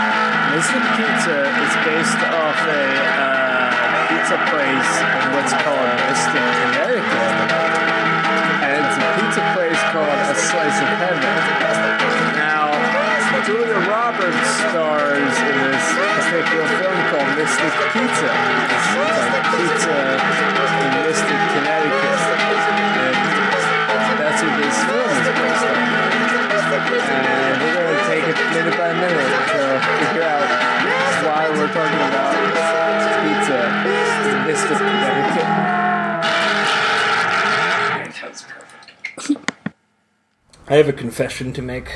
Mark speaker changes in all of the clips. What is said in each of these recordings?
Speaker 1: Lizard Pizza is based off a uh, pizza place in what's called Mystic, Connecticut. And it's a pizza place called A Slice of Heaven. Now, Julia Roberts stars in this particular film called Mystic Pizza. It's like pizza in Mystic, Connecticut. And that's what this film is based on. And we're going to take it minute by minute to figure out why we're talking about pizza in Mystic, Connecticut.
Speaker 2: That's perfect.
Speaker 3: I have a confession to make.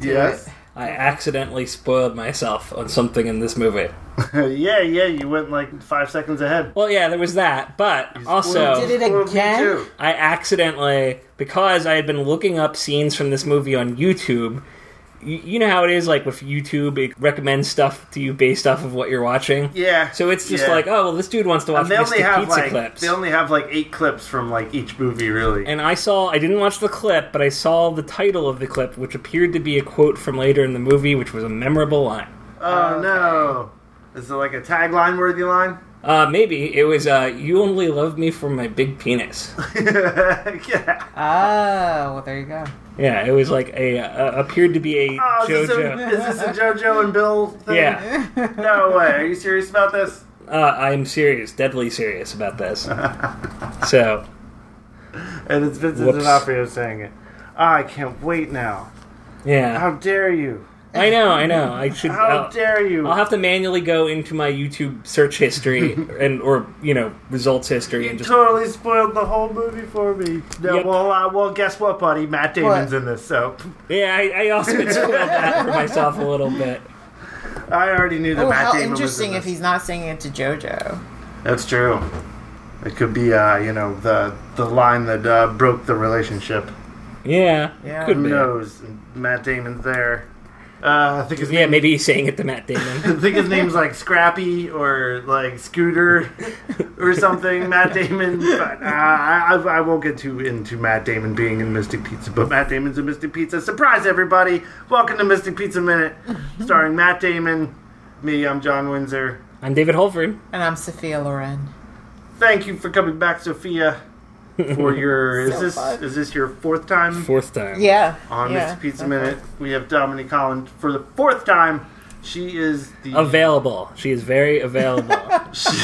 Speaker 4: Yes.
Speaker 3: I accidentally spoiled myself on something in this movie.
Speaker 4: yeah, yeah, you went like five seconds ahead.
Speaker 3: Well, yeah, there was that, but
Speaker 5: Did
Speaker 3: also
Speaker 5: it
Speaker 4: Well, me
Speaker 5: again?
Speaker 4: too.
Speaker 3: I accidentally because I had been looking up scenes from this movie on YouTube. You, you know how it is, like with YouTube, it recommends stuff to you based off of what you're watching.
Speaker 4: Yeah.
Speaker 3: So it's just
Speaker 4: yeah.
Speaker 3: like, oh well, this dude wants to watch
Speaker 4: And they only
Speaker 3: Mystic
Speaker 4: have
Speaker 3: Pizza
Speaker 4: like
Speaker 3: clips.
Speaker 4: they only have like eight clips from like each movie, really.
Speaker 3: And I saw, I didn't watch the clip, but I saw the title of the clip, which appeared to be a quote from later in the movie, which was a memorable line.
Speaker 4: oh no, is it like a tagline worthy line?
Speaker 3: Uh, maybe it was, uh, you only love me for my big penis.
Speaker 4: yeah.
Speaker 5: Ah, well, there you go.
Speaker 3: yeah, it was like a, uh, appeared to be a
Speaker 4: Oh, is this, a,
Speaker 3: JoJo.
Speaker 4: is this a JoJo and Bill thing?
Speaker 3: Yeah,
Speaker 4: No way. Are you serious about this?
Speaker 3: uh, I'm serious, deadly serious about this. so,
Speaker 4: And it's Vincent
Speaker 3: Whoops.
Speaker 4: D'Onofrio saying it. Ah, I can't wait now.
Speaker 3: yeah.
Speaker 4: How dare you?
Speaker 3: I know, I know. I should.
Speaker 4: How
Speaker 3: I'll,
Speaker 4: dare you?
Speaker 3: Oh, I'll have to manually go into my YouTube search history and, or, you know, results history
Speaker 4: you
Speaker 3: and just.
Speaker 4: totally spoiled the whole movie for me. No,
Speaker 3: Yep.
Speaker 4: well, uh, well, guess what, buddy? Matt Damon's
Speaker 5: What?
Speaker 4: in this, so
Speaker 3: Yeah, I, I also had spoiled that for myself a little bit.
Speaker 4: I already knew that
Speaker 5: Oh,
Speaker 4: Matt
Speaker 5: how
Speaker 4: Damon
Speaker 5: interesting
Speaker 4: was in
Speaker 5: if
Speaker 4: this.
Speaker 5: he's not singing it to JoJo.
Speaker 4: That's true. It could be, uh, you know, the the line that uh, broke the relationship.
Speaker 3: Yeah,
Speaker 5: Yeah.
Speaker 3: could
Speaker 4: Who
Speaker 3: be.
Speaker 4: knows? Matt Damon's there. Uh, I think his
Speaker 3: Yeah, maybe he's saying it to Matt Damon.
Speaker 4: I think his name's like Scrappy or like Scooter or something. Matt Damon, but uh, I, I I won't get too into Matt Damon being in Mystic Pizza. But Matt Damon's in Mystic Pizza. Surprise, everybody! Welcome to Mystic Pizza Minute, starring Matt Damon. Me, I'm John Windsor.
Speaker 3: I'm David Holford.
Speaker 5: And I'm Sophia Loren.
Speaker 4: Thank you for coming back, Sophia. For your is
Speaker 5: So
Speaker 4: this
Speaker 5: fun.
Speaker 4: is this your fourth time
Speaker 3: Fourth time.
Speaker 5: Yeah.
Speaker 4: on
Speaker 5: yeah.
Speaker 4: Mystic Pizza Minute? We have Dominique Holland for the fourth time. She is the
Speaker 3: Available. She is very available.
Speaker 4: She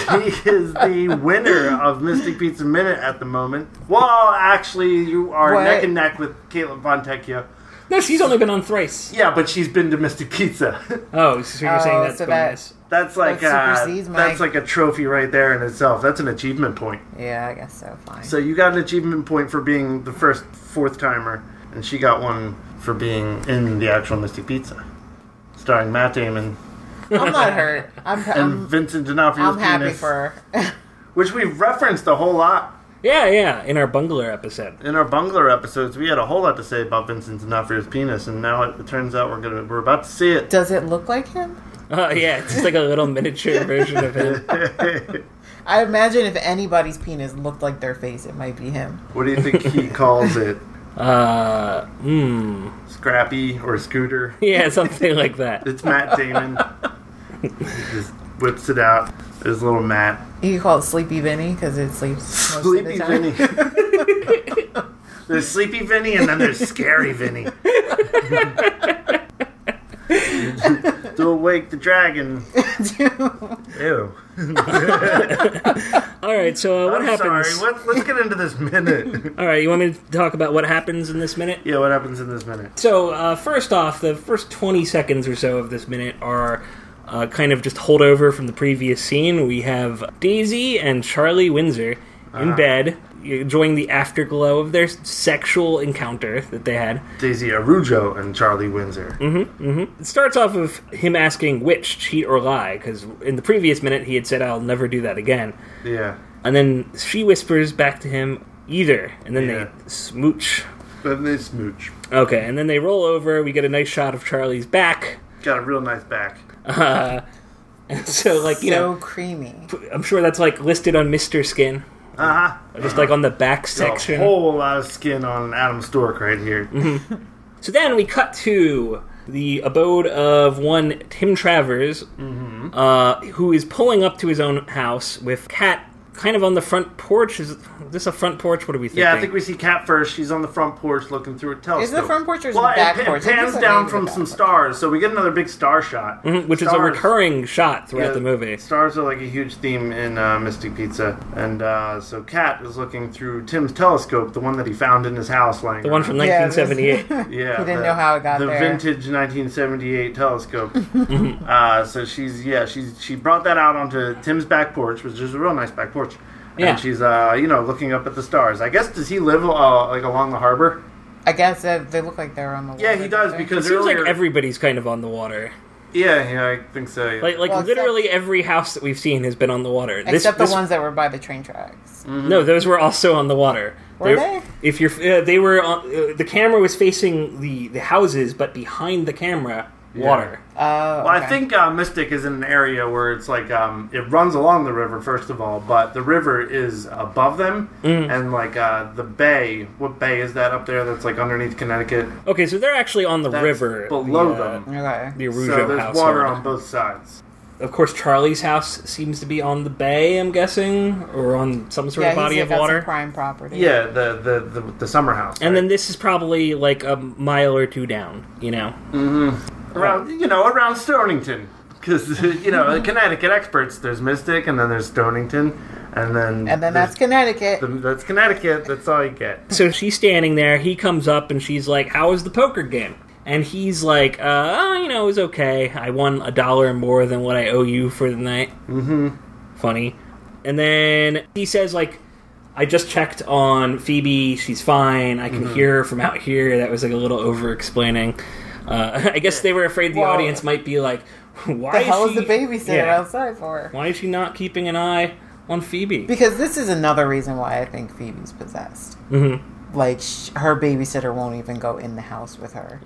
Speaker 4: is the winner of Mystic Pizza Minute at the moment. Well, actually, you are
Speaker 5: What?
Speaker 4: neck and neck with Caitlin Von Tecchio.
Speaker 3: no, she's only been on thrice.
Speaker 4: Yeah, but she's been to Mystic Pizza.
Speaker 3: Oh, so you're saying
Speaker 5: Oh,
Speaker 3: that's
Speaker 5: so that-
Speaker 3: bonus.
Speaker 4: that's like
Speaker 5: That
Speaker 4: uh,
Speaker 5: supersedes my-
Speaker 4: that's like a trophy right there in itself. That's an achievement point.
Speaker 5: Yeah, I guess so. Fine.
Speaker 4: So you got an achievement point for being the first fourth timer, and she got one for being in the actual Mystic Pizza, starring Matt Damon
Speaker 5: I'm not hurt. I'm,
Speaker 4: and
Speaker 5: I'm,
Speaker 4: Vincent D'Onofrio's
Speaker 5: I'm happy
Speaker 4: penis,
Speaker 5: for her.
Speaker 4: which we've referenced a whole lot
Speaker 3: Yeah, yeah, in our bungler episode.
Speaker 4: in our bungler episodes, we had a whole lot to say about Vincent D'Onofrio's penis, and now it, it turns out we're gonna we're about to see it.
Speaker 5: Does it look like him?
Speaker 3: Oh, yeah, it's just like a little miniature version of him.
Speaker 5: I imagine if anybody's penis looked like their face, it might be him.
Speaker 4: What do you think he calls it?
Speaker 3: Uh, hmm.
Speaker 4: Scrappy or Scooter?
Speaker 3: Yeah, something like that.
Speaker 4: It's Matt Damon. he just whips it out. There's little Matt.
Speaker 5: You could call it Sleepy Vinny because it sleeps most
Speaker 4: Sleepy
Speaker 5: of the time.
Speaker 4: Vinny. there's Sleepy Vinny, and then there's Scary Vinny. Don't wake the dragon. Ew.
Speaker 3: All right, so uh, what
Speaker 4: I'm
Speaker 3: happens?
Speaker 4: sorry. Let's, let's get into this minute.
Speaker 3: All right, you want me to talk about what happens in this minute?
Speaker 4: yeah, what happens in this minute?
Speaker 3: So, uh, first off, the first 20 seconds or so of this minute are uh, kind of just holdover from the previous scene. We have Daisy and Charlie Windsor in
Speaker 4: Uh-huh.
Speaker 3: bed, enjoying the afterglow of their sexual encounter that they had.
Speaker 4: Daisy Arujo and Charlie Windsor.
Speaker 3: Mm-hmm. It starts off of him asking which, cheat or lie, because in the previous minute he had said, I'll never do that again.
Speaker 4: Yeah.
Speaker 3: And then she whispers back to him, either, and then
Speaker 4: Yeah.
Speaker 3: they smooch.
Speaker 4: Then they smooch.
Speaker 3: Okay, and then they roll over. We get a nice shot of Charlie's back.
Speaker 4: Got a real nice back.
Speaker 3: Uh, and so, like, you know,
Speaker 5: So creamy.
Speaker 3: I'm sure that's like listed on Mr. Skin,
Speaker 4: Uh huh.
Speaker 3: just like on the back
Speaker 4: A
Speaker 3: section. Mm-hmm.
Speaker 4: whole lot of skin on Adam Stork right here.
Speaker 3: So then we cut to the abode of one Tim Travers,
Speaker 4: Mm-hmm.
Speaker 3: uh, who is pulling up to his own house with Cat kind of on the front porch. Is this a front porch? What are we thinking?
Speaker 4: Yeah, I think we see Cat first. She's on the front porch looking through a telescope.
Speaker 5: the front porch or is it
Speaker 4: well,
Speaker 5: the back
Speaker 4: it, pa-
Speaker 5: porch? I think
Speaker 4: pans
Speaker 5: it's
Speaker 4: down
Speaker 5: maybe
Speaker 4: from
Speaker 5: the
Speaker 4: some
Speaker 5: back porch.
Speaker 4: stars, so we get another big star shot.
Speaker 3: Mm-hmm, which is a
Speaker 4: Stars.
Speaker 3: recurring shot throughout
Speaker 4: Yeah,
Speaker 3: the movie.
Speaker 4: Stars are like a huge theme in uh, Mystic Pizza, and uh, so Cat is looking through Tim's telescope, the one that he found in his house, laying
Speaker 3: The one from
Speaker 5: Yeah, it was-
Speaker 3: 1978.
Speaker 4: yeah,
Speaker 5: He didn't
Speaker 4: the-
Speaker 5: know how it got
Speaker 4: the
Speaker 5: there.
Speaker 4: vintage 1978 telescope. uh, so she's yeah, she's she brought that out onto Tim's back porch, which is a real nice back porch.
Speaker 3: Yeah.
Speaker 4: And she's uh, you know looking up at the stars. I guess does he live uh, like along the harbor?
Speaker 5: I guess uh, they look like they're on the.
Speaker 4: Yeah,
Speaker 5: water,
Speaker 4: he
Speaker 5: don't
Speaker 4: does
Speaker 5: they?
Speaker 4: because
Speaker 3: It seems like
Speaker 4: earlier-
Speaker 3: everybody's kind of on the water.
Speaker 4: yeah, yeah, I think so. yeah.
Speaker 3: Like, like
Speaker 5: Well, except-
Speaker 3: literally every house that we've seen has been on the water. This-
Speaker 5: except
Speaker 3: this-
Speaker 5: the ones that were by the train
Speaker 4: Mm.
Speaker 5: tracks.
Speaker 3: No, those were also on the water.
Speaker 5: Were
Speaker 3: If you're, uh, they were. On, uh, the camera was facing the the houses, but behind the camera, water.
Speaker 5: Oh, well,
Speaker 4: Well, I think uh, Mystic is in an area where it's like um, it runs along the river first of all, but the river is above them,
Speaker 3: Mm.
Speaker 4: and like uh, the bay. What bay is that up there? That's like underneath Connecticut,
Speaker 3: Okay, so they're actually on the
Speaker 4: That's
Speaker 3: river
Speaker 4: below
Speaker 3: the, uh,
Speaker 4: them.
Speaker 5: Okay.
Speaker 3: The Arujo
Speaker 4: so there's
Speaker 3: household.
Speaker 4: water on both sides.
Speaker 3: Of course, Charlie's house seems to be on the bay. I'm guessing, or on some sort
Speaker 5: yeah,
Speaker 3: of body
Speaker 5: he's,
Speaker 3: of
Speaker 5: like, got some
Speaker 3: water.
Speaker 5: prime property.
Speaker 4: Yeah, the the the, the summer house.
Speaker 3: And then
Speaker 4: right?
Speaker 3: this is probably like a mile or two down. You know.
Speaker 4: around you know around Stonington, because you know Connecticut experts. There's Mystic, and then there's Stonington, and then
Speaker 5: and then
Speaker 4: there's-
Speaker 5: that's Connecticut.
Speaker 4: the- that's Connecticut. That's all you get.
Speaker 3: So she's standing there. He comes up and she's like, "How was the poker game?" And he's like, "Uh, oh, you know, it was okay. I won a dollar more than what I owe you for the night." Mm-hmm. Funny. And then he says, "Like, I just checked on Phoebe. She's fine. I can
Speaker 5: Mm-hmm.
Speaker 3: hear her from out here." That was like a little over-explaining. Uh, I guess they were afraid the
Speaker 5: Well,
Speaker 3: audience might be like, "Why
Speaker 5: the
Speaker 3: is
Speaker 5: hell is
Speaker 3: she-
Speaker 5: the babysitter
Speaker 3: Yeah.
Speaker 5: outside for?
Speaker 3: Why is she not keeping an eye on Phoebe?"
Speaker 5: Because this is another reason why I think Phoebe's possessed. Mm-hmm. Like sh- her babysitter won't even go in the house with her.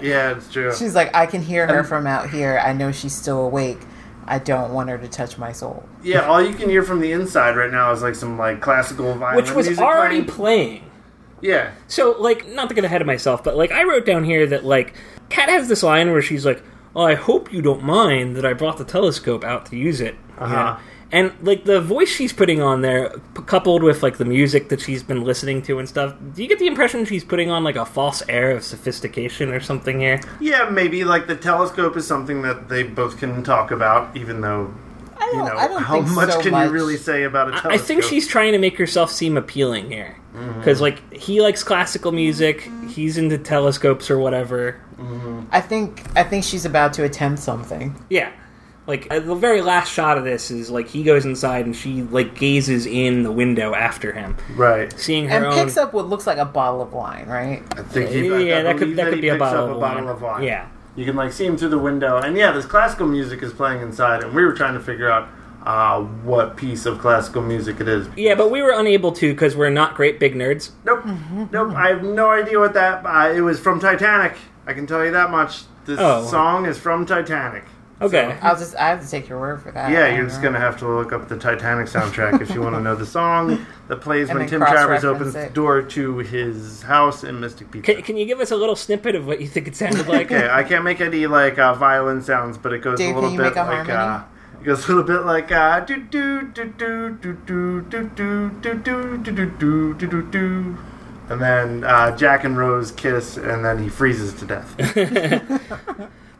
Speaker 4: Yeah, it's true.
Speaker 5: She's like, I can hear
Speaker 4: Um,
Speaker 5: her from out here. I know she's still awake. I don't want her to touch my soul.
Speaker 4: Yeah, all you can hear from the inside right now is like some like classical violin
Speaker 3: Which was
Speaker 4: music
Speaker 3: already
Speaker 4: playing.
Speaker 3: playing.
Speaker 4: yeah,
Speaker 3: So, like, not to get ahead of myself, but like, I wrote down here that like, Kat has this line where she's like, "Oh, I hope you don't mind that I brought the telescope out to use it." you
Speaker 4: Uh-huh.
Speaker 3: know? And like the voice she's putting on there, p- coupled with like the music that she's been listening to and stuff, do you get the impression she's putting on like a false air of sophistication or something here?
Speaker 4: yeah, maybe like the telescope is something that they both can talk about, even though
Speaker 5: I
Speaker 4: you
Speaker 5: don't.
Speaker 4: know
Speaker 5: I don't
Speaker 4: how
Speaker 5: think
Speaker 4: much
Speaker 5: so
Speaker 4: can
Speaker 5: much.
Speaker 4: you really say about a telescope. Mm-hmm.
Speaker 3: I think she's trying to make herself seem appealing here, because like he likes classical music, he's into telescopes or whatever.
Speaker 5: I think. I think she's about to attempt something.
Speaker 3: Yeah. Like uh, the very last shot of this is like he goes inside and she like gazes in the window after him,
Speaker 4: right.
Speaker 3: seeing her
Speaker 5: and
Speaker 3: own.
Speaker 5: picks up what looks like a bottle of wine, right?
Speaker 4: I think he, I,
Speaker 3: yeah,
Speaker 4: I
Speaker 3: that
Speaker 4: believe
Speaker 3: could that
Speaker 4: he
Speaker 3: could be a
Speaker 4: picks up
Speaker 3: bottle,
Speaker 4: a bottle of wine.
Speaker 3: Yeah,
Speaker 4: you can like see him through the window, and yeah, this classical music is playing inside, and we were trying to figure out uh, what piece of classical music it is.
Speaker 3: yeah, but we were unable to because we're not great big nerds.
Speaker 4: Nope. Nope. I have no idea what that. Uh, it was from Titanic. I can tell you that much. This
Speaker 3: Oh.
Speaker 4: song is from Titanic.
Speaker 3: Okay,
Speaker 4: uh,
Speaker 5: I'll just. I have to take your word for that.
Speaker 4: Yeah,
Speaker 5: I
Speaker 4: you're
Speaker 5: don't
Speaker 4: just
Speaker 5: know.
Speaker 4: gonna have to look up the Titanic soundtrack if you want to know the song that plays
Speaker 5: And
Speaker 4: when
Speaker 5: then
Speaker 4: Tim Travers
Speaker 5: cross-reference
Speaker 4: opens the
Speaker 5: it.
Speaker 4: door to his house in Mystic Pizza.
Speaker 3: can, can you give us a little snippet of what you think it sounded like?
Speaker 4: Okay, I can't make any like uh, violin sounds, but it goes
Speaker 5: Dave,
Speaker 4: a little
Speaker 5: can you
Speaker 4: bit
Speaker 5: make a
Speaker 4: like uh,
Speaker 5: harmony?
Speaker 4: it goes a little bit like uh, do do do do do do do do do do do do do do do do, and then uh, Jack and Rose kiss, and then he freezes to death.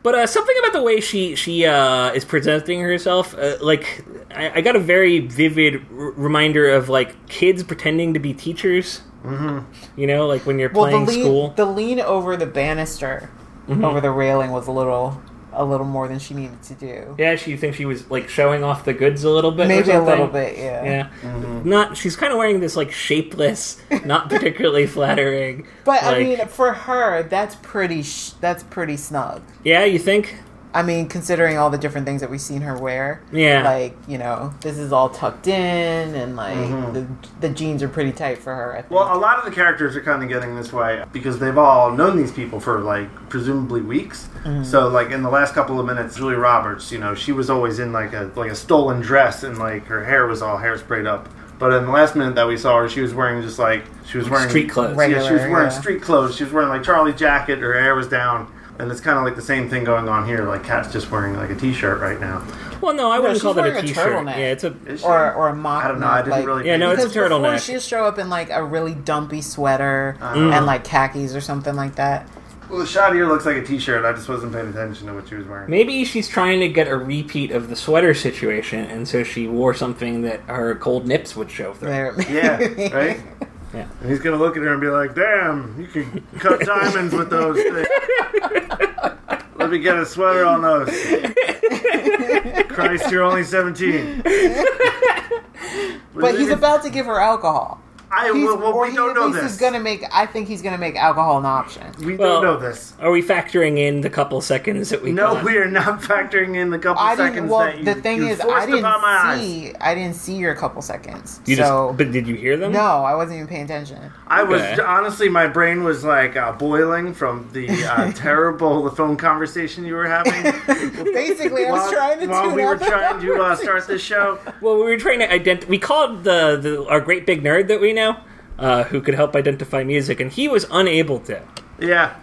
Speaker 3: But uh, something about the way she she uh, is presenting herself, uh, like I, I got a very vivid r- reminder of like kids pretending to be teachers. Mm-hmm. You know, like when you're
Speaker 5: Well, the
Speaker 3: playing
Speaker 5: lean,
Speaker 3: school. Mm-hmm.
Speaker 5: the lean over the banister, over the railing was a little, a little more than she needed to do.
Speaker 3: Yeah, she you think she was like showing off the goods a little bit. or
Speaker 5: Maybe a
Speaker 3: something?
Speaker 5: little bit. Yeah.
Speaker 3: Yeah, not. She's kind of wearing this like shapeless, not particularly flattering.
Speaker 5: But I
Speaker 3: like-
Speaker 5: mean, uh, for her, that's pretty. Sh- that's pretty snug.
Speaker 3: yeah, you think?
Speaker 5: I mean, considering all the different things that we've seen her wear.
Speaker 3: Yeah.
Speaker 5: Like, you know, this is all tucked in and like
Speaker 3: Mm-hmm.
Speaker 5: the, the jeans are pretty tight for her. I think.
Speaker 4: well, a lot of the characters are kind of getting this way because they've all known these people for like presumably weeks.
Speaker 5: Mm-hmm.
Speaker 4: So like in the last couple of minutes, Julie Roberts, you know, she was always in like a like a stolen dress, and like her hair was all hairsprayed up. But in the last minute that we saw her, she was wearing just like she was wearing
Speaker 3: Street clothes.
Speaker 5: Right.
Speaker 4: Yeah, she was
Speaker 5: Regular,
Speaker 4: wearing
Speaker 5: yeah.
Speaker 4: street clothes. She was wearing like Charlie jacket. Her hair was down. And it's kind of like the same thing going on here. Like Kat's just wearing like a t-shirt right now.
Speaker 3: Well, no, I wouldn't
Speaker 5: she's
Speaker 3: call that a
Speaker 5: wearing a
Speaker 3: T-shirt.
Speaker 5: turtleneck.
Speaker 3: yeah, it's a.
Speaker 4: Is she?
Speaker 5: or or a mock.
Speaker 4: I don't know. I didn't
Speaker 5: like,
Speaker 4: really.
Speaker 3: Yeah, no,
Speaker 4: pay
Speaker 3: it's a
Speaker 5: Because
Speaker 3: turtleneck.
Speaker 5: before she'll show up in like a really dumpy sweater
Speaker 4: Uh-huh.
Speaker 5: and like khakis or something like that.
Speaker 4: Well, the shot here looks like a T-shirt. I just wasn't paying attention to what she was wearing.
Speaker 3: Maybe she's trying to get a repeat of the sweater situation, and so she wore something that her cold nips would show through.
Speaker 5: There,
Speaker 4: Yeah, right.
Speaker 3: Yeah.
Speaker 4: And he's gonna look at her and be like, "Damn, you can cut diamonds with those things." Let me get a sweater on those. Christ, you're only 17.
Speaker 5: But he's about to give her alcohol.
Speaker 4: I,
Speaker 5: He's,
Speaker 4: well, well,
Speaker 5: or
Speaker 4: we
Speaker 5: he
Speaker 4: don't
Speaker 5: at
Speaker 4: know
Speaker 5: least
Speaker 4: this.
Speaker 5: is gonna make. I think he's gonna make alcohol an option.
Speaker 4: We
Speaker 3: Well-
Speaker 4: don't know this.
Speaker 3: Are we factoring in the couple seconds that we?
Speaker 4: No,
Speaker 3: got?
Speaker 4: we are not factoring in the couple
Speaker 5: I didn't.
Speaker 4: seconds
Speaker 5: Well,
Speaker 4: that you,
Speaker 5: the thing
Speaker 4: you
Speaker 5: is, I
Speaker 4: forced upon my
Speaker 5: didn't
Speaker 4: eyes.
Speaker 5: see. I didn't see your couple seconds.
Speaker 3: You just.
Speaker 5: so
Speaker 3: but did you hear them?
Speaker 5: no, I wasn't even paying attention.
Speaker 4: I was
Speaker 3: Okay.
Speaker 4: honestly, my brain was like uh, boiling from the uh, terrible the phone conversation you were having
Speaker 5: Basically, I was trying to
Speaker 4: while
Speaker 5: tune
Speaker 4: we were
Speaker 5: out the
Speaker 4: trying to uh, start this show.
Speaker 3: Well, we were trying to ident. We called the, the our great big nerd that we know, uh, who could help identify music, and he was unable to.
Speaker 4: Yeah.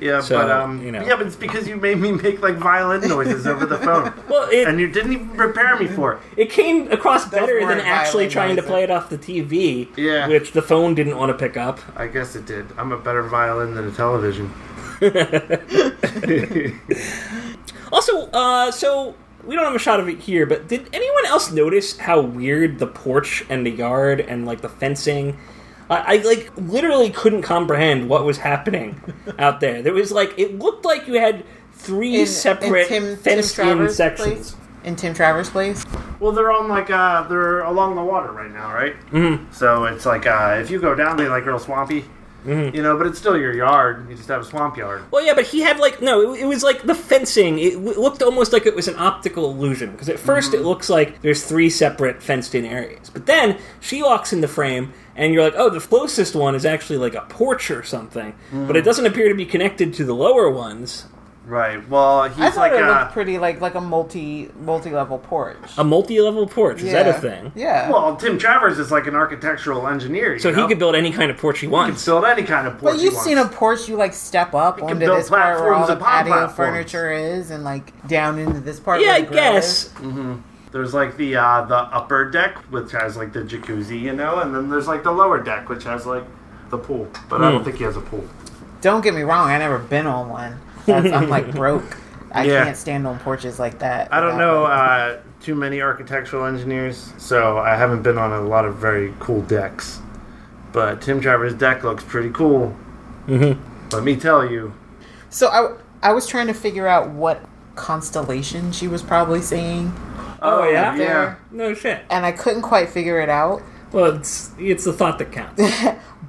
Speaker 4: Yeah,
Speaker 3: So,
Speaker 4: but um,
Speaker 3: you know.
Speaker 4: yeah, but it's because you made me make like violin noises over the phone,
Speaker 3: Well, it
Speaker 4: and you didn't even prepare me for it.
Speaker 3: it came across better than
Speaker 5: weren't
Speaker 3: actually
Speaker 5: violin
Speaker 3: trying to
Speaker 5: noises.
Speaker 3: play it off the TV,
Speaker 4: Yeah.
Speaker 3: which the phone didn't want to pick up.
Speaker 4: I guess it did. I'm a better violin than a television.
Speaker 3: Also, uh, so we don't have a shot of it here, but did anyone else notice how weird the porch and the yard and like the fencing? I, I like literally couldn't comprehend what was happening out there. There was like it looked like you had three
Speaker 5: in- in
Speaker 3: separate
Speaker 5: Tim- Tim
Speaker 3: fenced-in
Speaker 5: Travers'
Speaker 3: sections.
Speaker 5: place? in Tim Travers' place.
Speaker 4: Well, they're on like uh, they're along the water right now, right? Mm-hmm. So it's like uh, if you go down, they like real swampy,
Speaker 3: Mm-hmm.
Speaker 4: you know. But it's still your yard. You just have a swamp yard.
Speaker 3: Well, yeah, but he had like no. It, it was like the fencing. It w- looked almost like it was an optical illusion because at first it looks like there's three separate fenced-in areas, but then she walks in the frame, and you're like, oh, the closest one is actually like a porch or something, but it doesn't appear to be connected to the lower ones.
Speaker 4: Right. Well, he's
Speaker 5: I thought
Speaker 4: like
Speaker 5: it
Speaker 4: uh,
Speaker 5: looked pretty like like a multi multi level porch.
Speaker 3: A multi-level porch is that a thing?
Speaker 5: Yeah.
Speaker 4: uh, well, Tim Travers is like an architectural engineer. You
Speaker 3: So
Speaker 4: know?
Speaker 3: he could build any kind of porch he
Speaker 4: He could
Speaker 3: wants.
Speaker 4: build any kind of porch.
Speaker 5: But
Speaker 4: he
Speaker 5: you've
Speaker 4: wants.
Speaker 5: seen a porch you like step up
Speaker 4: can
Speaker 5: onto
Speaker 4: build
Speaker 5: this part where all
Speaker 4: platforms
Speaker 5: the
Speaker 4: upon
Speaker 5: patio
Speaker 4: platforms.
Speaker 5: furniture is, and like down into this part.
Speaker 3: Yeah,
Speaker 5: where
Speaker 3: I
Speaker 5: the grill is.
Speaker 3: guess.
Speaker 4: There's like the uh, the upper deck, which has like the jacuzzi, you know, and then there's like the lower deck, which has like the pool. But I don't think he has a pool.
Speaker 5: Don't get me wrong, I never been on one. That's, I'm like broke. I
Speaker 4: Yeah.
Speaker 5: can't stand on porches like that.
Speaker 4: I don't
Speaker 5: without-
Speaker 4: know uh, too many architectural engineers, so I haven't been on a lot of very cool decks. But Tim Travers' deck looks pretty cool. Mm-hmm. Let me tell you.
Speaker 5: So I I was trying to figure out what constellation she was probably seeing,
Speaker 3: Oh, yeah?
Speaker 5: there.
Speaker 3: No shit.
Speaker 5: and I couldn't quite figure it out.
Speaker 3: Well, it's it's the thought that counts.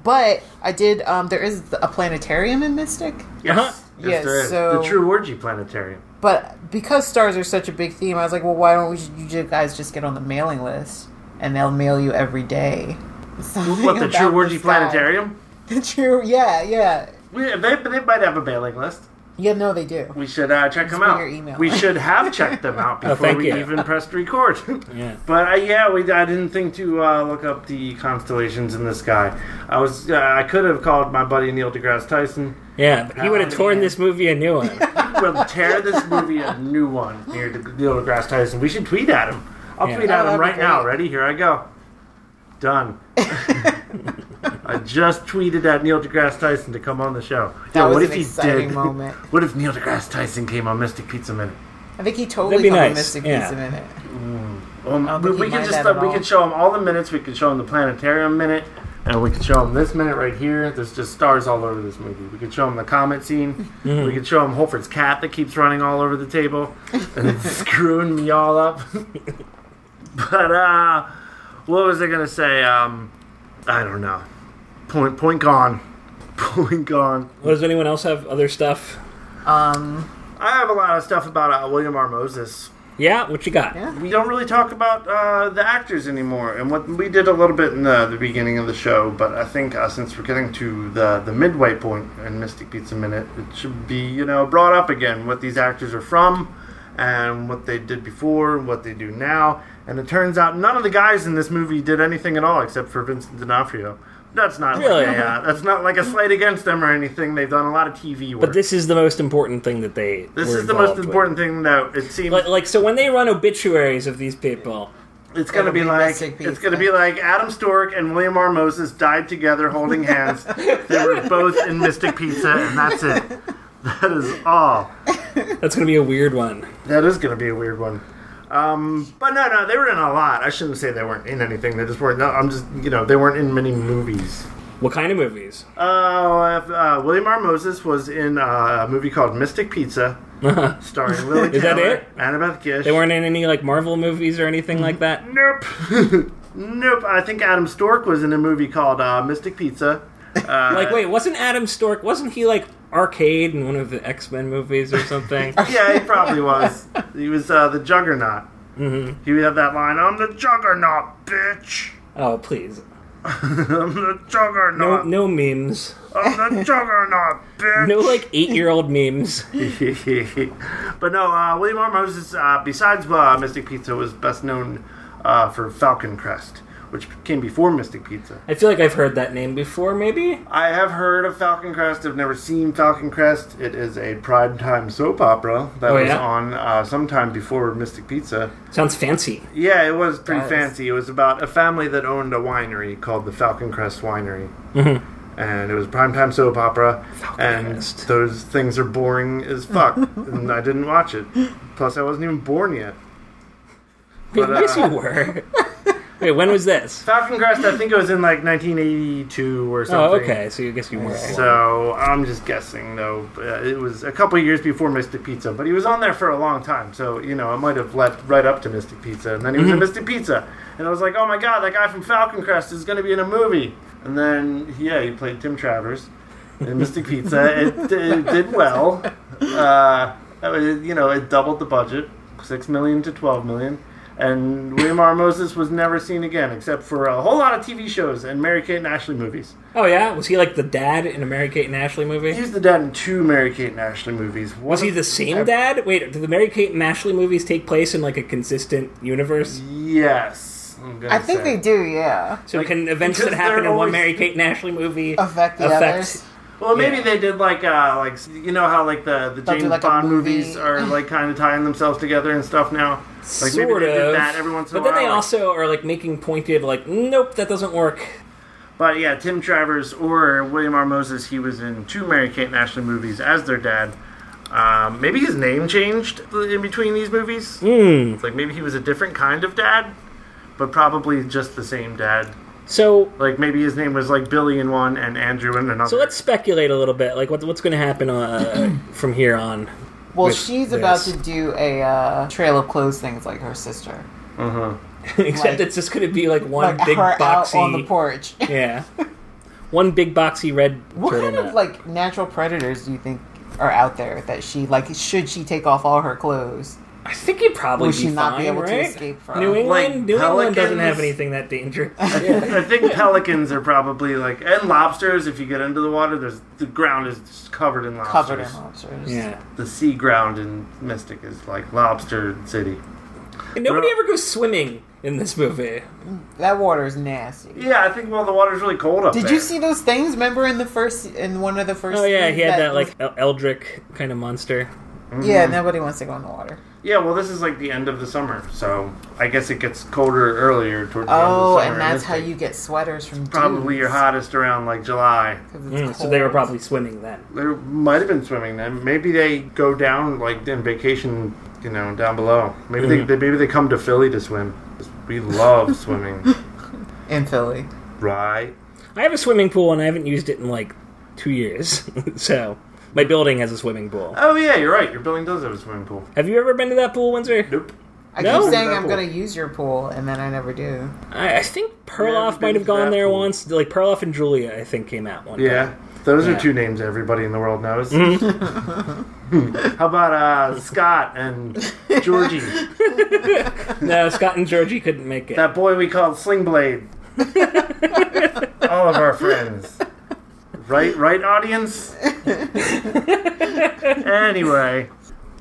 Speaker 5: But I did. Um, there is a planetarium in Mystic,
Speaker 4: Yes.
Speaker 3: Uh-huh.
Speaker 4: Yes,
Speaker 5: Yeah,
Speaker 4: there is.
Speaker 5: so-
Speaker 4: the True Orgy Planetarium.
Speaker 5: but because stars are such a big theme, I was like, well, why don't we, you guys just get on the mailing list and they'll mail you every day? something
Speaker 4: What the
Speaker 5: about
Speaker 4: True Orgy
Speaker 5: sky.
Speaker 4: Planetarium?
Speaker 5: The True, yeah, yeah,
Speaker 4: We, they, they might have a mailing list.
Speaker 5: yeah. No, they do.
Speaker 4: We should uh, check them
Speaker 5: bring
Speaker 4: out.
Speaker 5: your email.
Speaker 4: We should have checked them out before
Speaker 3: Oh, thank
Speaker 4: we
Speaker 3: you.
Speaker 4: even pressed record.
Speaker 3: Yeah.
Speaker 4: But uh, yeah, we, I didn't think to uh, look up the constellations in the sky. I was uh, I could have called my buddy Neil deGrasse Tyson.
Speaker 3: Yeah, but he would have torn this movie a new one.
Speaker 4: We'll tear this movie a new one. Neil de- Neil deGrasse Tyson. We should tweet at him. I'll
Speaker 3: Yeah.
Speaker 4: tweet
Speaker 5: Oh,
Speaker 4: at him
Speaker 5: that'd be
Speaker 4: right now.
Speaker 5: great.
Speaker 4: Ready? Here I go. Done. I just tweeted at Neil deGrasse Tyson to come on the show.
Speaker 5: That
Speaker 4: Yeah,
Speaker 5: was
Speaker 4: what
Speaker 5: an
Speaker 4: if he
Speaker 5: exciting
Speaker 4: did?
Speaker 5: moment.
Speaker 4: What if Neil deGrasse Tyson came on Mystic Pizza Minute?
Speaker 5: I think he
Speaker 3: That'd be
Speaker 5: totally called
Speaker 3: nice,
Speaker 5: a Mystic
Speaker 3: yeah.
Speaker 5: Piece a minute.
Speaker 4: Um,
Speaker 5: don't
Speaker 4: we
Speaker 5: think
Speaker 4: we
Speaker 5: he
Speaker 4: can
Speaker 5: mind
Speaker 4: just uh,
Speaker 5: that at
Speaker 4: we
Speaker 5: all.
Speaker 4: can show him all the minutes. We can show him the planetarium minute, and we can show him this minute right here. There's just stars all over this movie. We can show him the comet scene. We can show him Holford's cat that keeps running all over the table and screwing me all up. but uh, what was I gonna say? Um, I don't know. Point point gone. Point gone.
Speaker 3: Well, Does anyone else have other stuff?
Speaker 5: Um,
Speaker 4: I have a lot of stuff about uh, William R Moses.
Speaker 3: Yeah, what you got?
Speaker 5: Yeah.
Speaker 4: we don't really talk about uh, the actors anymore, and what we did a little bit in the, the beginning of the show. But I think uh, since we're getting to the the midway point in Mystic Pizza Minute, it should be you know brought up again what these actors are from, and what they did before, what they do now. And it turns out none of the guys in this movie did anything at all except for Vincent D'Onofrio, That's not
Speaker 3: Really?
Speaker 4: like a, uh, that's not like a slight against them or anything. They've done a lot of TV work.
Speaker 3: But this is the most important thing that they.
Speaker 4: This
Speaker 3: were
Speaker 4: is the most
Speaker 3: involved with.
Speaker 4: important thing that it seems
Speaker 3: Like, like so, when they run obituaries of these people,
Speaker 4: it's gonna
Speaker 5: It'll
Speaker 4: be,
Speaker 5: be
Speaker 4: like
Speaker 5: Mystic
Speaker 4: it's
Speaker 5: Pizza.
Speaker 4: gonna be like Adam Stork and William R Moses died together holding hands. they were both in Mystic Pizza, and that's it. That is all.
Speaker 3: that's going to be a weird one.
Speaker 4: That is gonna be a weird one. Um, but no, no, they were in a lot. I shouldn't say they weren't in anything. They just weren't. No, I'm just you know they weren't in many movies.
Speaker 3: What kind of movies?
Speaker 4: Uh, uh, William R. Moses was in uh, a movie called Mystic Pizza, starring Lily
Speaker 3: Is that
Speaker 4: Taylor,
Speaker 3: it?
Speaker 4: Annabeth Gish.
Speaker 3: They weren't in any like Marvel movies or anything like that.
Speaker 4: Nope. nope. I think Adam Stork was in a movie called uh, Mystic Pizza. Mm-hmm.
Speaker 3: Like, wait, wasn't Adam Stork? Wasn't he like arcade in one of the X Men movies or something?
Speaker 4: Yeah, he probably was. He was uh, the Juggernaut. Mm-hmm. He would have that line I'm the Juggernaut, bitch.
Speaker 3: oh, please,
Speaker 4: I'm the
Speaker 3: no,
Speaker 4: Juggernaut.
Speaker 3: no memes,
Speaker 4: I'm the Juggernaut, bitch.
Speaker 3: no like eight year old memes.
Speaker 4: but no, uh, William R. Moses, uh, besides uh, Mystic Pizza, was best known uh, for Falcon Crest, which came before Mystic Pizza.
Speaker 3: I feel like I've heard that name before. Maybe
Speaker 4: I have heard of Falcon Crest. I've never seen Falcon Crest. It is a primetime soap opera that
Speaker 3: Oh,
Speaker 4: was
Speaker 3: yeah?
Speaker 4: on uh, sometime before Mystic Pizza.
Speaker 3: sounds fancy.
Speaker 4: Yeah, it was pretty
Speaker 5: Nice.
Speaker 4: fancy. It was about a family that owned a winery called the Falcon Crest Winery. And it was primetime soap opera. and
Speaker 3: Mm-hmm. Crest.
Speaker 4: those things are boring as fuck. and I didn't watch it. Plus, I wasn't even born yet. But, uh,
Speaker 3: yes, you were. wait, when was this?
Speaker 4: Falcon Crest, I think it was in like 1982 or something.
Speaker 3: Oh, okay. So you guess you were.
Speaker 4: So I'm just guessing, though. Uh, It was a couple years before Mystic Pizza, but he was on there for a long time. So you know, it might have led right up to Mystic Pizza, and then he was in Mystic Pizza, and I was like, oh my god, that guy from Falcon Crest is going to be in a movie. And then yeah, he played Tim Travers in Mystic Pizza. It, it did well. Uh, I mean, you know, it doubled the budget, six million to twelve million. And William R. Moses was never seen again, except for a whole lot of TV shows and Mary Kate and Ashley movies.
Speaker 3: Oh yeah, was he like the dad in a Mary Kate and Ashley movie?
Speaker 4: He's the dad in two Mary Kate and Ashley movies.
Speaker 3: Was he the same dad? Wait, do the Mary Kate and Ashley movies take place in like a consistent universe?
Speaker 4: Yes. I'm gonna
Speaker 5: I think
Speaker 4: say.
Speaker 5: they do, yeah.
Speaker 3: So can events
Speaker 4: because
Speaker 3: that happen
Speaker 4: they're
Speaker 3: in one
Speaker 4: always-
Speaker 3: Mary Kate and Ashley movie
Speaker 5: Affect the
Speaker 3: affect-
Speaker 5: others.
Speaker 4: Well, maybe
Speaker 3: Yeah.
Speaker 4: they did like uh, like you know how like the the
Speaker 5: They'll do,
Speaker 4: James
Speaker 5: like, a
Speaker 4: Bond
Speaker 5: movie.
Speaker 4: movies are like kind of tying themselves together and stuff now. Like
Speaker 3: sort
Speaker 4: maybe they
Speaker 3: of.
Speaker 4: did that every once in
Speaker 3: but
Speaker 4: a while.
Speaker 3: then they
Speaker 4: like-
Speaker 3: also are like making pointed like, nope, that doesn't work.
Speaker 4: But yeah, Tim Travers or William R. Moses, he was in two Mary Kate and Ashley movies as their dad. Um, maybe his name changed in between these movies.
Speaker 3: Hmm.
Speaker 4: It's like maybe he was a different kind of dad, but probably just the same dad.
Speaker 3: So
Speaker 4: Like maybe his name was like Billy in one and Andrew in another.
Speaker 3: so let's speculate a little bit. Like what, what's going to happen uh, from here on?
Speaker 5: Well,
Speaker 3: With
Speaker 5: she's about
Speaker 3: this.
Speaker 5: to do a uh, trail of clothes things like her sister.
Speaker 3: Except
Speaker 5: Like-
Speaker 3: it's just going to be like one
Speaker 5: like
Speaker 3: big
Speaker 5: her out
Speaker 3: boxy
Speaker 5: on the porch.
Speaker 3: yeah, one big boxy red.
Speaker 5: What kind
Speaker 3: turtleneck.
Speaker 5: of like natural predators do you think are out there that she like? Should she take off all her clothes?
Speaker 3: I think he'd probably
Speaker 5: Will
Speaker 3: be
Speaker 5: she not
Speaker 3: fine,
Speaker 5: be able to
Speaker 3: right?
Speaker 5: escape from?
Speaker 3: New England,
Speaker 4: Uh, Like
Speaker 3: New England doesn't
Speaker 4: pelicans?
Speaker 3: have anything that dangerous.
Speaker 4: I think pelicans are probably like and lobsters. If you get into the water, there's the ground is just covered in lobsters.
Speaker 5: Covered in lobsters.
Speaker 3: yeah,
Speaker 4: The sea ground in Mystic is like lobster city.
Speaker 3: And nobody
Speaker 4: Well-
Speaker 3: ever goes swimming in this movie.
Speaker 5: That water is nasty.
Speaker 4: Yeah, I think well the water's really cold up
Speaker 5: Did
Speaker 4: there.
Speaker 5: you see those things? Remember in the first, in one of the first.
Speaker 3: Oh yeah,
Speaker 5: things
Speaker 3: he had that
Speaker 5: was-
Speaker 3: like mm-hmm. El- Eldric kind of monster.
Speaker 5: Yeah, nobody wants to go in the water.
Speaker 4: Yeah, well this is like the end of the summer, so I guess it gets colder earlier towards the
Speaker 5: Oh,
Speaker 4: end of the summer.
Speaker 5: and
Speaker 4: in
Speaker 5: that's how
Speaker 4: Mystic.
Speaker 5: you get sweaters from
Speaker 4: probably your hottest around like July.
Speaker 3: Mm, so they were probably swimming then.
Speaker 4: They might have been swimming then. Maybe they go down like in vacation, you know, down below. Maybe
Speaker 5: Mm.
Speaker 4: they, they maybe they come to Philly to swim. We love swimming,
Speaker 5: in Philly.
Speaker 4: right?
Speaker 3: I have a swimming pool and I haven't used it in like two years. so my building has a swimming pool.
Speaker 4: Oh yeah, you're right. Your building does have a swimming pool.
Speaker 3: Have you ever been to that pool, Windsor?
Speaker 4: Nope.
Speaker 5: I
Speaker 3: No.
Speaker 5: keep saying
Speaker 4: That
Speaker 5: I'm
Speaker 4: pool.
Speaker 5: going to use your pool, and then I never do.
Speaker 3: I, I think
Speaker 4: Yeah,
Speaker 3: Perloff might
Speaker 4: I've been
Speaker 3: have
Speaker 4: to
Speaker 3: gone
Speaker 4: that
Speaker 3: there
Speaker 4: pool.
Speaker 3: once. Like Perloff and Julia, I think came out one. time.
Speaker 4: Yeah, those
Speaker 3: Yeah.
Speaker 4: are two names everybody in the world knows. How about uh, Scott and Georgie?
Speaker 3: No, Scott and Georgie couldn't make it.
Speaker 4: that boy we called Slingblade. All of our friends. Right, right, audience. anyway,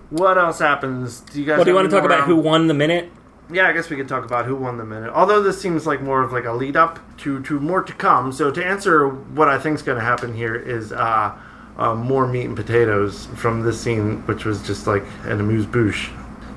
Speaker 4: what else happens? Do you guys?
Speaker 3: Well, do you
Speaker 4: have
Speaker 3: want to
Speaker 4: any
Speaker 3: talk about who
Speaker 4: more,
Speaker 3: won the minute?
Speaker 4: um, Yeah, I guess we could talk about who won the minute. Although this seems like more of like a lead up to to more to come. So to answer what I think's going to happen here is uh, uh, more meat and potatoes from this scene, which was just like an amuse bouche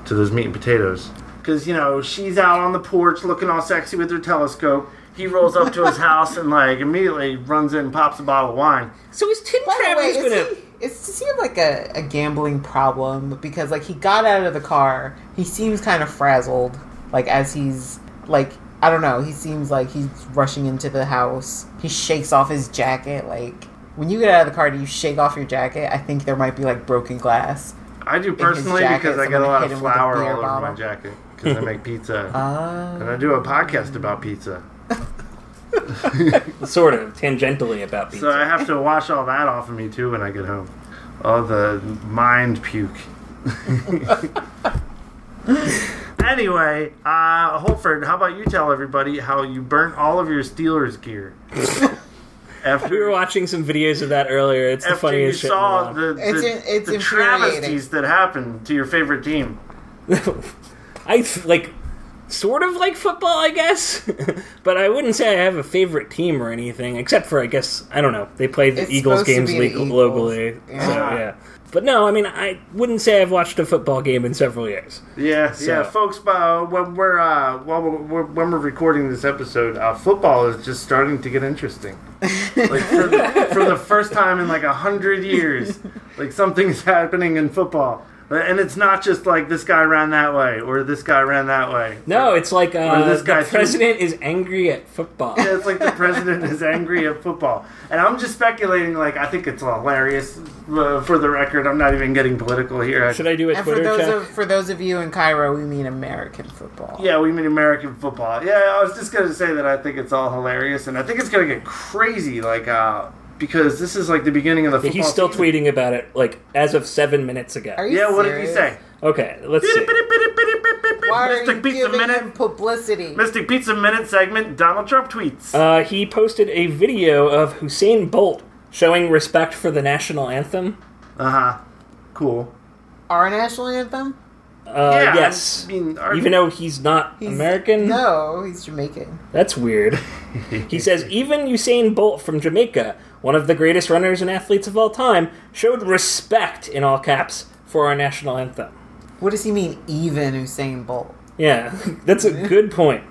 Speaker 4: to those meat and potatoes. Because you know she's out on the porch looking all sexy with her telescope. He rolls up to his house and like immediately runs in, and pops a bottle of wine.
Speaker 3: So is Tim
Speaker 5: By the way,
Speaker 3: Travers
Speaker 5: is
Speaker 3: gonna?
Speaker 5: he, is, does he have like a, a gambling problem? Because like he got out of the car, he seems kind of frazzled. Like as he's like I don't know, he seems like he's rushing into the house. He shakes off his jacket. Like when you get out of the car, do you shake off your jacket? I think there might be like broken glass.
Speaker 4: I do personally
Speaker 5: jacket,
Speaker 4: because I get a
Speaker 5: someone
Speaker 4: lot
Speaker 5: hit
Speaker 4: of
Speaker 5: him with a
Speaker 4: flour
Speaker 5: beer
Speaker 4: all over my
Speaker 5: bottle.
Speaker 4: jacket because I make pizza
Speaker 5: Uh,
Speaker 4: and I do a podcast about pizza.
Speaker 3: Sort of tangentially about pizza.
Speaker 4: So I have to wash all that off of me too when I get home. All the mind puke. anyway, uh, Holford, how about you tell everybody how you burnt all of your Steelers gear after
Speaker 3: we were watching some videos of that earlier. It's the
Speaker 4: after you
Speaker 3: funniest shit. in the
Speaker 4: saw
Speaker 3: world.
Speaker 4: the, the,
Speaker 5: It's in- it's
Speaker 4: the
Speaker 5: infuriating.
Speaker 4: travesties that happened to your favorite team.
Speaker 3: I like sort of like football, I guess, but I wouldn't say I have a favorite team or anything, except for I guess I don't know. They play the
Speaker 5: It's
Speaker 3: Eagles
Speaker 5: supposed to
Speaker 3: games
Speaker 5: be the
Speaker 3: legal,
Speaker 5: Eagles.
Speaker 3: locally, so
Speaker 5: Yeah.
Speaker 3: yeah. But no, I mean I wouldn't say I've watched a football game in several years.
Speaker 4: Yeah, yeah, folks. Uh, when we're uh, while we're, we're- when we're recording this episode, uh, football is just starting to get interesting. like for the, for the first time in like a hundred years, like something's happening in football, Uh, and it's not just like this guy ran that way or this guy ran that way.
Speaker 3: No, it's like uh,
Speaker 4: Or this guy
Speaker 3: the
Speaker 4: threw-
Speaker 3: president is angry at football.
Speaker 4: Yeah, it's like the president is angry at football, and I'm just speculating. Like I think it's hilarious. Uh, for the record, I'm not even getting political here. I-
Speaker 3: Should I do a
Speaker 5: and for
Speaker 3: Twitter
Speaker 5: those
Speaker 3: check?
Speaker 5: of for those of you in Cairo, we mean American football.
Speaker 4: Yeah, we mean American football. Yeah, I was just gonna say that I think it's all hilarious, and I think it's gonna get crazy, like uh, because this is like the beginning of the. Football
Speaker 3: He's still
Speaker 4: season.
Speaker 3: tweeting about it like as of seven minutes ago.
Speaker 5: Are you
Speaker 4: Yeah, what did he
Speaker 5: serious?
Speaker 4: say?
Speaker 3: Okay, let's see.
Speaker 5: Why are you
Speaker 4: Mystic Pizza
Speaker 5: giving him
Speaker 4: Minute.
Speaker 5: publicity?
Speaker 4: Mystic Pizza Minute segment. Donald Trump tweets.
Speaker 3: Uh, he posted a video of Hussein Bolt showing respect for the national anthem.
Speaker 4: Uh huh. Cool.
Speaker 5: Our national anthem?
Speaker 3: Uh,
Speaker 4: Yeah,
Speaker 3: yes.
Speaker 4: I mean, are-
Speaker 3: even though he's not
Speaker 5: He's-
Speaker 3: American?
Speaker 5: No, he's Jamaican.
Speaker 3: That's weird. he says even Usain Bolt from Jamaica, one of the greatest runners and athletes of all time, showed respect in all caps for our national anthem.
Speaker 5: What does he mean, even Usain Bolt?
Speaker 3: Yeah, that's a good point.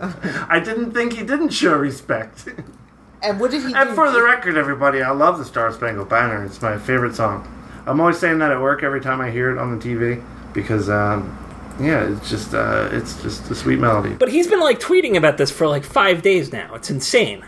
Speaker 4: I didn't think he didn't show respect.
Speaker 5: And what did he
Speaker 4: and
Speaker 5: do?
Speaker 4: for the record, everybody, I love the Star Spangled Banner. It's my favorite song. I'm always saying that at work every time I hear it on the TV because, um, yeah, it's just uh, it's just a sweet melody.
Speaker 3: But he's been like tweeting about this for like five days now. It's insane.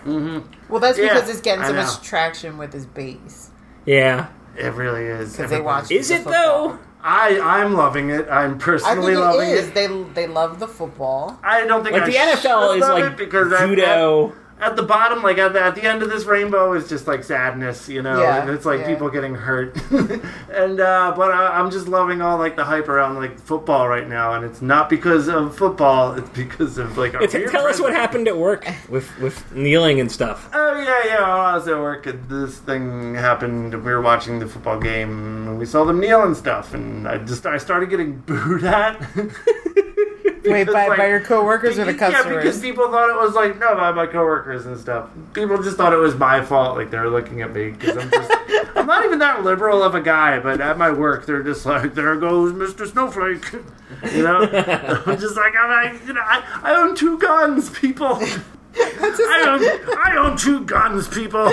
Speaker 5: well, that's
Speaker 4: Yeah,
Speaker 5: because it's getting
Speaker 4: I
Speaker 5: so
Speaker 4: know.
Speaker 5: much traction with his base.
Speaker 3: Yeah.
Speaker 4: It really is.
Speaker 5: Because they watch
Speaker 3: Is
Speaker 5: the
Speaker 3: it
Speaker 5: football.
Speaker 3: though?
Speaker 4: I I'm loving it. I'm
Speaker 5: I think
Speaker 4: personally loving
Speaker 5: it is.
Speaker 4: it.
Speaker 5: They, they love the football.
Speaker 4: I don't think
Speaker 3: Like
Speaker 4: I
Speaker 3: the NFL
Speaker 4: should
Speaker 3: is
Speaker 4: love
Speaker 3: like
Speaker 4: it because I'm-
Speaker 3: judo.
Speaker 4: At, at the bottom, like at the, at the end of this rainbow, is just like sadness, you know.
Speaker 5: Yeah,
Speaker 4: and it's like
Speaker 5: yeah.
Speaker 4: people getting hurt, and uh, but I, I'm just loving all like the hype around like football right now, and it's not because of football. It's because of like our
Speaker 3: T-
Speaker 4: weird
Speaker 3: tell us what
Speaker 4: president.
Speaker 3: happened at work with with kneeling and stuff.
Speaker 4: Oh yeah, yeah. While I was at work, and this thing happened. and We were watching the football game, and we saw them kneel and stuff. And I just I started getting booed at.
Speaker 5: Wait,
Speaker 4: Because, by- like, by your
Speaker 5: coworkers
Speaker 4: Yeah, because people thought it was like no, by my coworkers and stuff. People just thought it was my fault. Like they were looking at me because I'm just I'm not even that liberal of a guy. But at my work, they're just like, there goes Mr. Snowflake. You know, I'm just like I'm like, you know, I, I own two guns, people. I own I own two guns, people.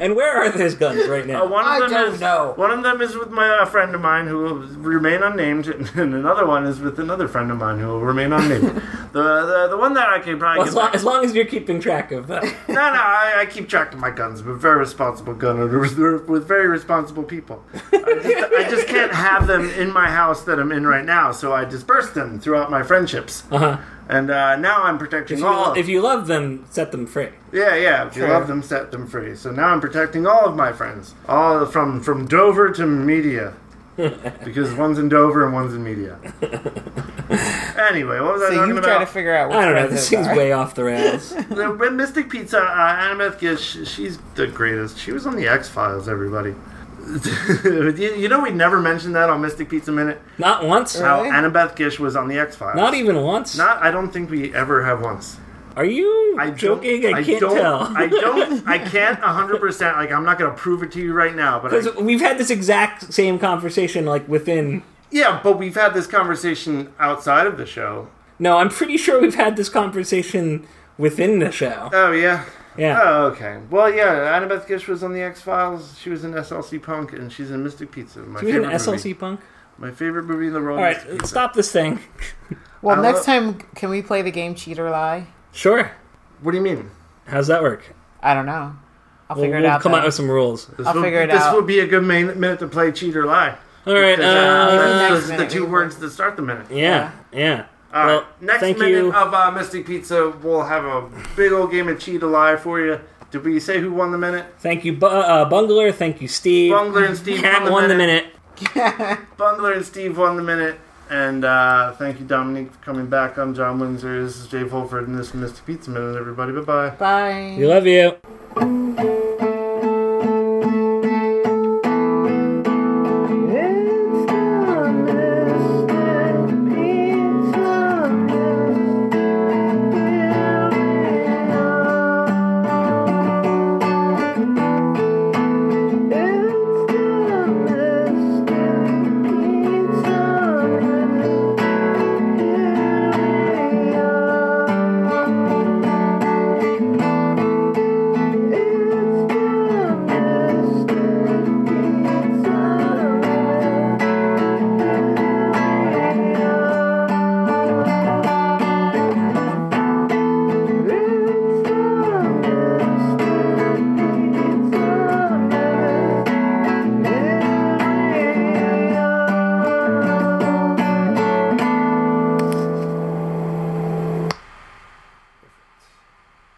Speaker 3: And where are those guns right
Speaker 4: Uh,
Speaker 3: now?
Speaker 4: one of
Speaker 5: I
Speaker 4: them
Speaker 5: don't
Speaker 4: is
Speaker 5: know.
Speaker 4: one of them is with my uh, friend of mine who will remain unnamed, and, another one is with another friend of mine who will remain unnamed. the, the the one that I can probably
Speaker 3: Well,
Speaker 4: get
Speaker 3: as, long,
Speaker 4: back-
Speaker 3: as long as you're keeping track of that.
Speaker 4: no no I, I keep track of my guns. I'm a very responsible gun owner with- with very responsible people. I just, I just can't have them in my house that I'm in right now, so I disperse them throughout my friendships.
Speaker 3: Uh-huh.
Speaker 4: And uh, now I'm protecting
Speaker 3: If,
Speaker 4: all.
Speaker 3: you,
Speaker 4: of
Speaker 3: if you love them, set them free.
Speaker 4: Yeah, yeah. If you
Speaker 3: Sure.
Speaker 4: love them, set them free. So now I'm protecting all of my friends, all from from Dover to media, because one's in Dover and one's in media. anyway, what was I
Speaker 5: So
Speaker 4: talking
Speaker 5: you try to
Speaker 4: about?
Speaker 5: figure out which
Speaker 3: I don't know.
Speaker 5: friends
Speaker 3: This
Speaker 5: those
Speaker 3: seems
Speaker 5: are.
Speaker 3: way off the rails.
Speaker 4: The Mystic Pizza, uh, Annabeth Gish, she's the greatest. She was on the X Files, everybody. you, you know, we never mentioned that on Mystic Pizza Minute.
Speaker 3: Not once.
Speaker 5: No.
Speaker 4: How
Speaker 5: Really?
Speaker 4: Annabeth Gish was on the X Files.
Speaker 3: Not even once.
Speaker 4: Not. I don't think we ever have once.
Speaker 3: Are you
Speaker 4: I
Speaker 3: joking?
Speaker 4: Don't,
Speaker 3: I can't
Speaker 4: don't,
Speaker 3: tell.
Speaker 4: I don't. I can't. hundred percent. Like I'm not going to prove it to you right now. But I,
Speaker 3: 'Cause we've had this exact same conversation like within.
Speaker 4: yeah, but we've had this conversation outside of the show.
Speaker 3: No, I'm pretty sure we've had this conversation within the show.
Speaker 4: Oh yeah.
Speaker 3: Yeah.
Speaker 4: Oh okay. Well yeah. Annabeth Gish was on the X Files. She was in SLC Punk, and she's in Mystic Pizza. My
Speaker 3: we had an
Speaker 4: favorite
Speaker 3: SLC
Speaker 4: movie.
Speaker 3: punk.
Speaker 4: My favorite movie in the world.
Speaker 3: All right,
Speaker 4: Mystic Pizza.
Speaker 3: stop this thing.
Speaker 5: Well,
Speaker 4: I
Speaker 5: next
Speaker 4: love-
Speaker 5: time, can we play the game Cheat or Lie?
Speaker 3: Sure.
Speaker 4: What do you mean?
Speaker 3: How's that work?
Speaker 5: I don't know. I'll
Speaker 3: We'll,
Speaker 5: figure
Speaker 3: we'll
Speaker 5: it out.
Speaker 3: come
Speaker 5: then.
Speaker 3: out with some rules.
Speaker 4: This
Speaker 5: I'll
Speaker 4: will,
Speaker 5: figure it
Speaker 4: this
Speaker 5: out.
Speaker 4: will be a good main, minute to play cheat or lie.
Speaker 3: All right.
Speaker 4: Because, uh,
Speaker 3: Uh,
Speaker 5: next
Speaker 4: those are the
Speaker 5: minute,
Speaker 4: two
Speaker 5: we-
Speaker 4: words that start the minute.
Speaker 3: yeah. Yeah.
Speaker 4: All right.
Speaker 3: well,
Speaker 4: Next
Speaker 3: thank
Speaker 4: minute
Speaker 3: you.
Speaker 4: of uh, Mystic Pizza, we'll have a big old game of cheat or lie for you. Did we say who won the minute?
Speaker 3: Thank you, Bu- uh, Bungler. Thank you, Steve.
Speaker 4: Bungler and Steve
Speaker 3: Cat won the minute.
Speaker 4: Bungler and Steve won the minute. And uh, thank you, Dominique, for coming back. I'm John Windsor. This is Jay Fulford, and this is Mystic Pizza Minute, everybody. Bye bye.
Speaker 5: Bye.
Speaker 3: We love you.
Speaker 5: Bye.